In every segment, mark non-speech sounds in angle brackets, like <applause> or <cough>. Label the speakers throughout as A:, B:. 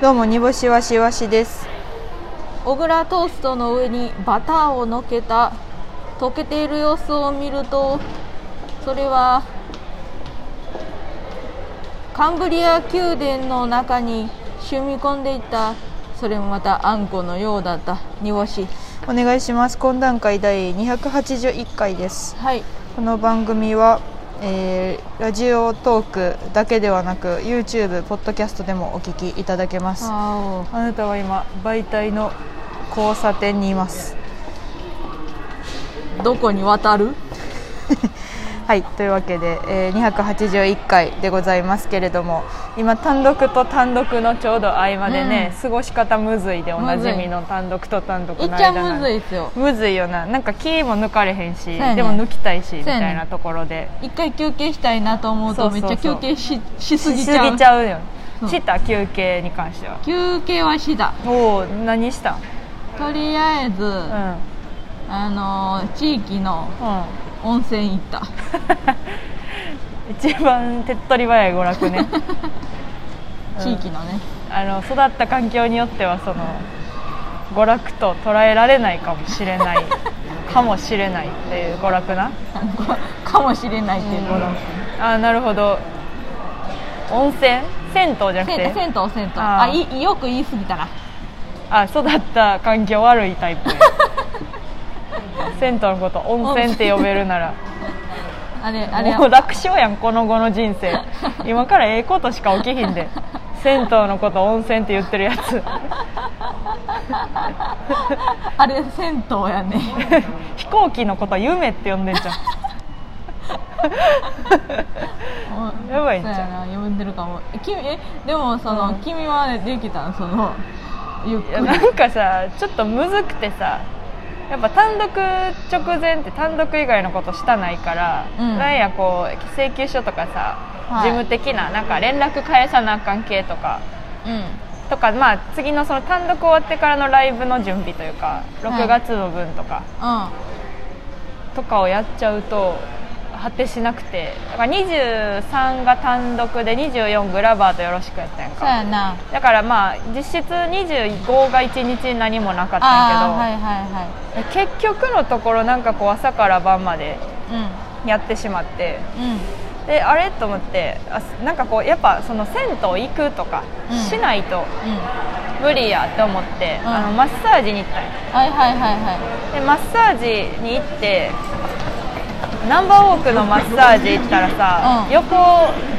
A: どうも煮干しわしわしです
B: 小倉トーストの上にバターをのけた溶けている様子を見るとそれはカンブリア宮殿の中に染み込んでいたそれもまたあんこのようだった煮干し
A: お願いします懇談会第281回です
B: はい
A: この番組は、えーラジオトークだけではなく YouTube ポッドキャストでもお聞きいただけますあ
B: あ
A: なたは今媒体の交差点にいます
B: ーどこに渡る
A: はいというわけで、えー281回でございますけれども今単独と単独のちょうど合間でね、過ごし方むずいでおなじみの単独と単独
B: い
A: の
B: っ
A: 間
B: ちゃ
A: なん
B: む
A: で
B: ずいですよ
A: むずいよななんか気も抜かれへんし、
B: うやね
A: でも抜きたいしみ
B: やね
A: たいなところで
B: 一回休憩したいなと思う
A: そ
B: と
A: うそ
B: め
A: う
B: っ
A: そう
B: ちゃ休憩ししすぎ
A: し
B: ち
A: す
B: ゃう
A: ぎちゃうよ
B: うん
A: した休憩に関しては
B: 休憩はした
A: おお何したん
B: とりあえず、
A: うん
B: あのー地域の
A: う
B: 温泉行った
A: ん一番手っ取り早い娯楽
B: <laughs>
A: ねうん
B: 地域のね、
A: あの育った環境によってはその娯楽と捉えられないかもしれ
B: <laughs>
A: ないかもしれないっていう娯楽な
B: かもしれないっていうこと、
A: あーなるほど温泉銭湯じゃなく
B: せ
A: て
B: ん銭湯銭湯
A: あー
B: あいよく言い過ぎたな
A: あ育った環境悪いタイプ
B: <laughs>
A: 銭湯のこと温泉って呼べるなら
B: あれあれ
A: もう楽勝やんこの後の人生今からええことしか起きひんで銭湯のこと温泉って言ってるやつ
B: あれ銭湯やね
A: 飛行機のこと夢って呼んでんじゃん <laughs> やばいん
B: そ
A: ち
B: うや
A: ゃ
B: な読んでるかもえ君えでもその、
A: うん
B: 君はできたんそのゆっ
A: うい
B: く
A: や
B: り
A: なんかさちょっとむずくてさやっぱ単独直前って単独以外のことしたないから、
B: うん
A: なんやこう請求書とかさ、
B: はい
A: 事務的ななんか連絡返さなあかん系とか
B: うん
A: とか、まあ、次のその単独終わってからのライブの準備というか
B: はい
A: 6月の分とか、
B: う
A: とかをやっちゃうと果てしなくてだから23が単独で24グラバーとよろしくやったやん
B: んそうや
A: か
B: な
A: だからまあ実質25が1日何もなかった
B: ああー
A: ん
B: はい
A: や
B: は
A: けど、結局のところなんかこう朝から晩まで
B: いはい
A: やってしまって
B: うんうん
A: であれと思ってあなんかこうやっぱその銭湯行くとか
B: うん
A: しないと
B: うん
A: 無理やと思って、
B: うん
A: あのマッサージに行ったんや
B: はいはいはいは
A: でマッサージに行ってナンバーウォークのマッサージ行ったらさ、
B: うん
A: 横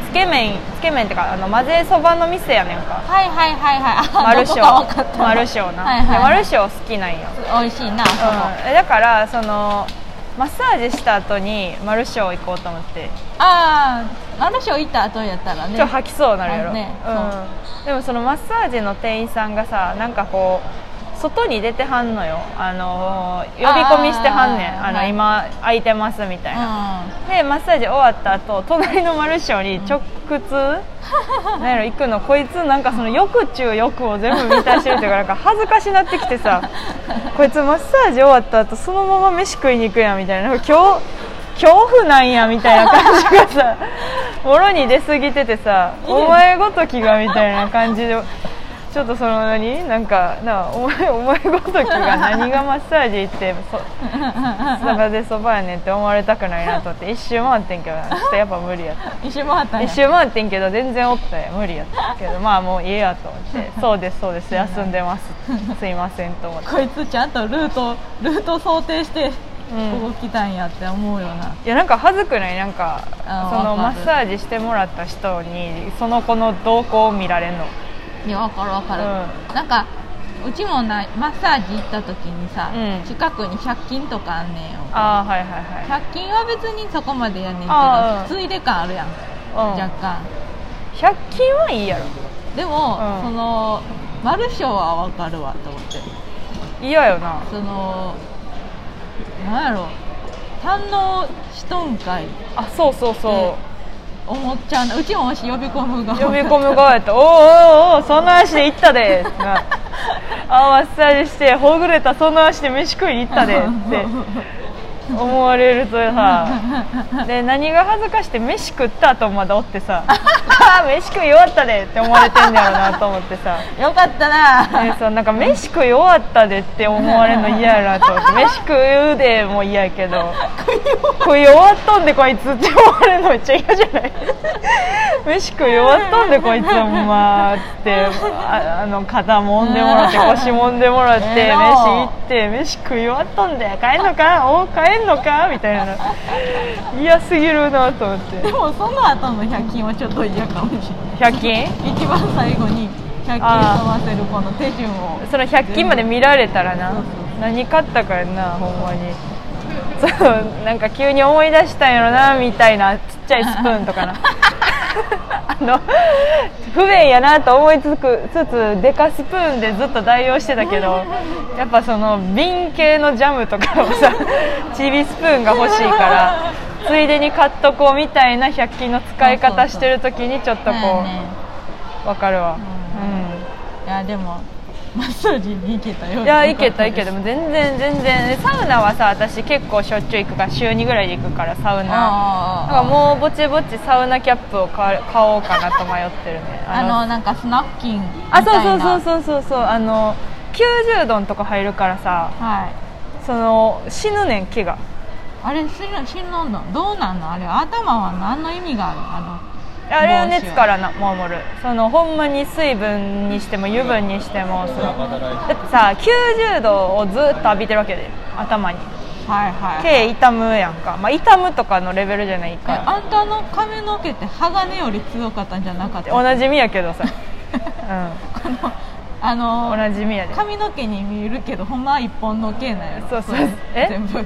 A: つけ麺つけ麺ってかあの混ぜそばの店やねんか
B: いはいはいはいはいあ
A: マル
B: ど
A: シ
B: こ
A: ョ
B: か分かった
A: ーマルショーな、
B: はいはいはい
A: でマルショー好きなんよ、
B: 美味しいなあそこ、
A: うんえだからそのマッサージした後にマルショー行こうと思って
B: ああ私を行った後やったらね
A: ちょっと吐きそうになるやろ、
B: あね
A: うん、でもそのマッサージの店員さんがさなんかこう外に出てはんのよあの呼び込みしてはんねん
B: あー
A: あの、
B: はい
A: 今空いてますみたいな、
B: う
A: でマッサージ終わった後隣のマルショーに直通なんやろ行くのこいつなんかその欲中欲を全部満たしてるっていうかなんか恥ずかしなってきてさこいつマッサージ終わった後そのまま飯食いに行くやんみたいななんか恐恐怖なんやみたいな感じがさもろに出過ぎててさお前ごときがみたいな感じで。ちょっとその何なんかなあお前お前ごときが何がマッサージ行ってそ坂でそばやねんって思われたくないなと思って一周回ってんけどなちょっとやっぱ無理やった
B: ん一周回ったんや
A: 一周回ってんけど全然おったよ無理やったけどまあもういいやと思ってそうですそうです休んでますすいませんと思って
B: こいつちゃんとルートルート想定して
A: うん
B: ここ来たんやって思うよな、
A: いやなんか恥ずくないなんか
B: あ
A: そのマ
B: わかる
A: ッサージしてもらった人にその子の動向を見られんの
B: いやわかるわかる、
A: う
B: なんかうちもなマッサージ行った時にさ、
A: うん
B: 近くに100均とかあんねんよ
A: ああはいはいはい
B: 100均は別にそこまでやねんけ
A: ああ
B: どついで感あるやん、若
A: う
B: 干
A: ん、100均はいいやろ
B: でも、
A: うん
B: そのマルショーはわかるわと思って
A: 嫌よな
B: そのなんやろ堪能しとんかいって
A: あそうそうそう、
B: 思っちゃうなうちももし呼び込むが
A: 呼び込む側やった「おうおうおうその足で行ったで」ってな「あマッサージしてほぐれたその足で飯食いに行ったで」って思われるとさで何が恥ずかしくて飯食った後まだおってさあー飯食い終わったでって思われてんだろうなと思ってさ
B: よかったな <laughs>
A: でそうなんか飯食い終わったでって思われるの嫌やなと <laughs> 思って飯食うでも嫌やけど食い終わっとんでこいつって思われるのめっちゃ嫌じゃ <laughs> ない飯食い終わっとんでこいつほんまってああの肩もんでもらって腰もんでもらって
B: ええ
A: 飯
B: な
A: 行って飯食い終わっとんで帰んのかお帰んのかみたいな嫌すぎるなと思って
B: でもその後の100均はちょっと嫌かもしれな
A: 100均
B: い一番最後に100均飛ばせるこの手順を
A: その100均まで見られたらな
B: そう
A: 何買ったかやなほんまにそうなんか急に思い出したんやろなみたいなちっちゃいスプーンと
B: <laughs>
A: かなあの不便やなと思いつくつつデカスプーンでずっと代用してたけどやっぱその瓶系のジャムとかを
B: <laughs>
A: さちびスプーンが欲しいからついでに買っとこうみたいな100均の使い方してる時にちょっとこ
B: そうや
A: う
B: ね
A: わかるわ
B: うん
A: うん
B: いやでもマッサージに行けたよ
A: いや行けた行けた
B: た
A: でも全然全然サウナはさ私結構しょっちゅう行くから週2ぐらいで行くからサウナだから
B: ああ
A: もうぼちぼちサウナキャップを買わ買おうかなと迷ってるね
B: あのなんかスナフキンみた
A: あ
B: いな
A: そうそうそうそうそうそうあの90度のとこ入るからさ
B: はい
A: その死ぬねん毛が
B: あれ死ぬ死ぬのどうなんのあれ頭は何の意味があるあ
A: あれは
B: どうしよう
A: 熱からな守るそのほんまに水分にしても油分にしてもそのだってさ90度をずっと浴びてるわけで頭に
B: のはいはいえ
A: 毛痛むやんか、まあ、痛むとかのレベルじゃないから
B: あんたの髪の毛って鋼より強かったんじゃなかった
A: おなじみやけど <laughs> さ、
B: このあ
A: うん、お
B: の
A: なじみやで
B: 髪の毛に見えるけどほんまは一本の毛なんやろ
A: そうそう
B: れ
A: え
B: 全部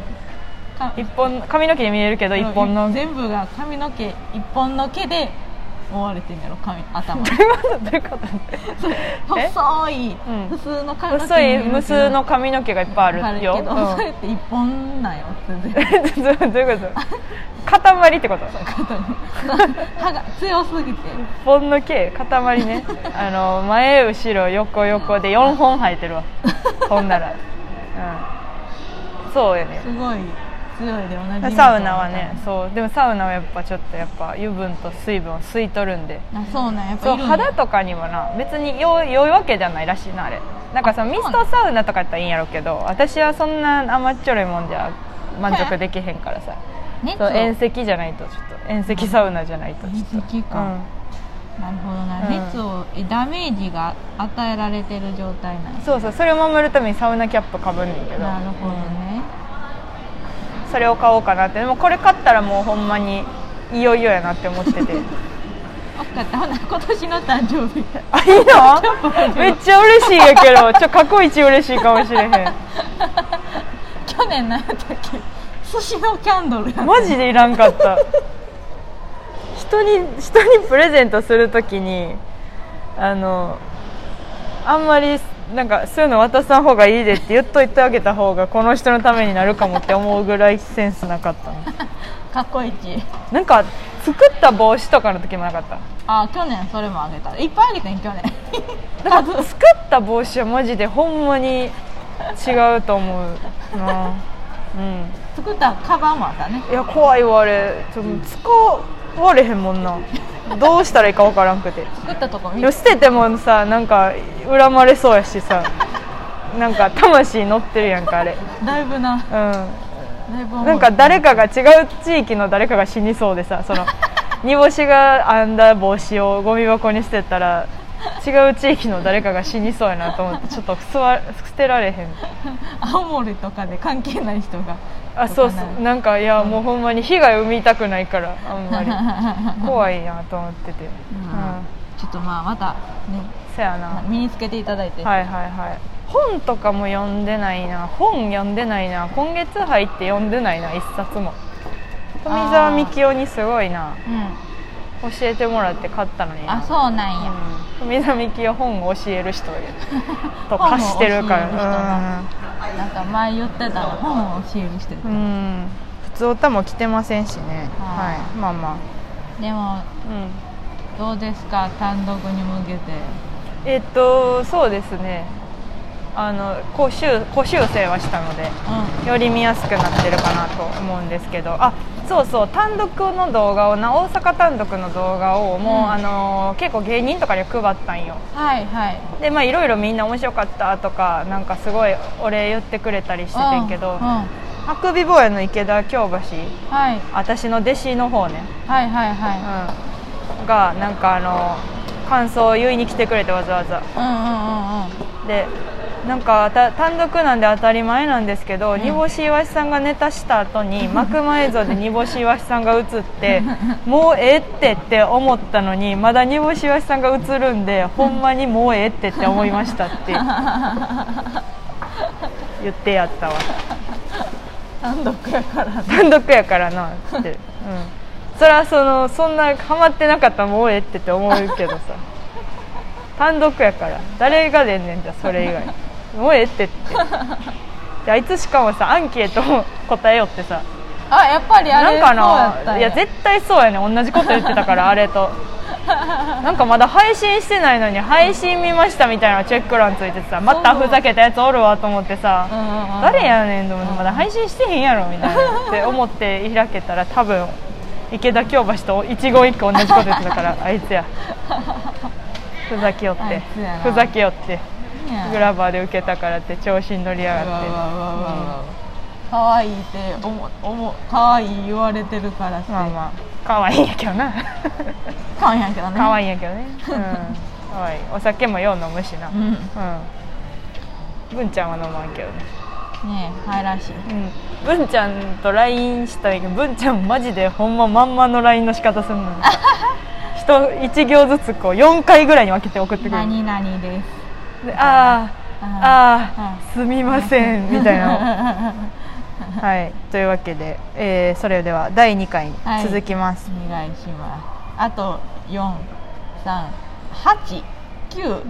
B: か
A: 一本髪の毛に見えるけど一本の毛 <laughs>
B: 全部が髪の毛一本の毛で覆われてんやろ髪頭
A: どういうこと <laughs> え
B: 細い、
A: うん
B: 普通の髪の毛
A: 細い無数の
B: 毛
A: 髪の毛がいっぱい
B: あ
A: あ
B: る
A: る
B: けど、
A: よ、
B: それって一本なんよ全
A: <laughs> う
B: 然
A: ん、どうどういうこと塊ってこと
B: 肩に歯が強すぎて
A: 一本の毛塊ねあの前後ろ横横で4本生えてるわほんなら、うん、そうやね
B: すごい強いで同じ
A: サウナはねそうでもサウナはやっぱちょっとやっぱ油分と水分を吸い取るんで
B: あそうなんやっぱ
A: そう
B: いるんや
A: 肌とかにもな別に良い良いわけじゃないらしいなあれなんかそのミストサウナとかやったらいいんやろうけど私はそんな甘っちょろいもんじゃ満足できへんからさ
B: 熱
A: そ
B: を
A: う遠赤じゃないとちょっと遠赤サウナじゃないとちょっと
B: 遠赤かなるほどな、
A: うん
B: 熱をえダメージが与えられてる状態なん
A: うん、
B: や
A: そうそうそれを守るためにサウナキャップかぶんねんけど
B: なるほどね、
A: それを買おうかなってでもこれ買ったらもうほんまにいよいよやなって思っ
B: <laughs>
A: てて
B: 分かったほな今年の誕生日
A: あいいのめっちゃ嬉しいんやけどちょ過去一嬉しいかもしれへん
B: 去年何やったっけ寿司のキャンドルやった
A: マジでいらんかった人に人にプレゼントするときにあのあんまりなんかそういうの渡さん方がいいでって言っといてあげた方がこの人のためになるかもって思うぐらいセンスなかったの
B: かっこいい
A: なんか作った帽子とかの時もなかった
B: あ去年それもあげたいっぱいあげてん去年 <laughs>
A: なんか作った帽子はマジでほんまに違うと思うなうん
B: 作ったカバンもあったね
A: いや怖いわあれちょ使われへんもんなどうしたらいいかわからんくて
B: 作ったとこ見
A: でも捨ててもさなんか恨まれそうやしさなんか魂乗ってるやんかあれ
B: だいぶな
A: う
B: だいぶ
A: んなんか誰かが違う地域の誰かが死にそうでさその煮干しが編んだ帽子をゴミ箱に捨てたら違う地域の誰かが死にそうやなと思ってちょっとすわ捨てられへん
B: 青森とかで関係ない人が
A: あそうそうなんかいやもうほんまに被害生みたくないからあんまり怖いなと思っててうん、
B: ちょっとまあまたね
A: そやな
B: 身につけていただいて、
A: はいはいはい本とかも読んでないな本読んでないな今月入って読んでないな一冊も富澤美樹夫にすごいな
B: うん
A: 教えてもらって買ったのに
B: あ
A: な
B: そうなんや、
A: うん富澤美樹夫本を教える人や
B: <laughs>
A: と貸してるか
B: 本を教える人
A: ら
B: ななんか前言ってたの本を教える人やった
A: うんうん普通歌も来てませんしね
B: はい
A: はいまあま
B: でも
A: あうん
B: どうですか単独に向けて
A: えっとそうですねあのこう修こ修正はしたのでより見やすくなってるかなと思うんですけどあそうそう単独の動画をな大阪単独の動画をもう、
B: うん
A: あのー結構芸人とかに配ったんよ
B: はいはい
A: でまあいろいろみんな面白かったとかなんかすごいお礼言ってくれたりしててんけ
B: うん
A: ど
B: うんはい
A: あくび坊やの池田京橋
B: はい
A: 私の弟子の方ね、
B: はいはい
A: うん、がなんかあの感想を言いに来てくれてわざわざ
B: うんうんうんうん
A: でなんかた単独なんで当たり前なんですけど、
B: ん
A: 煮干しわしさんがネタした後
B: <laughs>
A: に幕前映像で煮干しわしさんが映ってもうええってって思ったのにまだ煮干しわしさんが映るんでほんまにもうええってって思いましたって言ってやったわ
B: 単独やからね
A: 単独やからなって、うん、それはそのそんなハマってなかったらもうええってって思うけどさ単独やから誰が出んねんじゃそれ以
B: <laughs>
A: 外もうええってってであいつしかもさアンケートを答えよってさ
B: あやっぱりあ
A: な
B: れ
A: んか
B: そうやったん
A: ないや絶対そうやね同じこと言ってたから
B: <laughs>
A: あれとなんかまだ配信してないのに配信見ましたみたいなチェック欄ついててさまたふざけたやつおるわと思ってさ、
B: うんうんうん
A: 誰やねんと思ってまだ配信してへんやろみたいなって思って開けたら多分池田京橋と一期一会同じこと言ってたから
B: <laughs>
A: あいつやふざけよっ
B: あ
A: て
B: いつやな
A: ふざけよって
B: ね
A: グラバーで受けたからって調子に乗りや
B: うわうわう
A: がって
B: わうわうわ可愛いっておもおも可愛い言われてるからって
A: まあまあ可愛いんやけどな
B: かんやけどね
A: 可愛
B: い
A: いんやけど
B: <laughs>
A: ねうん可愛いお酒もよう飲むしな
B: うんね
A: うん文ちゃんは飲まんけどね
B: えはいらしい
A: うん、文ちゃんと LINE したいけど文ちゃんマジでほんままんまの LINE の仕方す <laughs> るのよ人1行ずつこう4回ぐらいに分けて送ってくる
B: 何々です
A: であーあーすみませんみたいな <laughs>
B: お
A: はいというわけで、えーそれでは第2回に続きます、
B: 願いしますあと438 9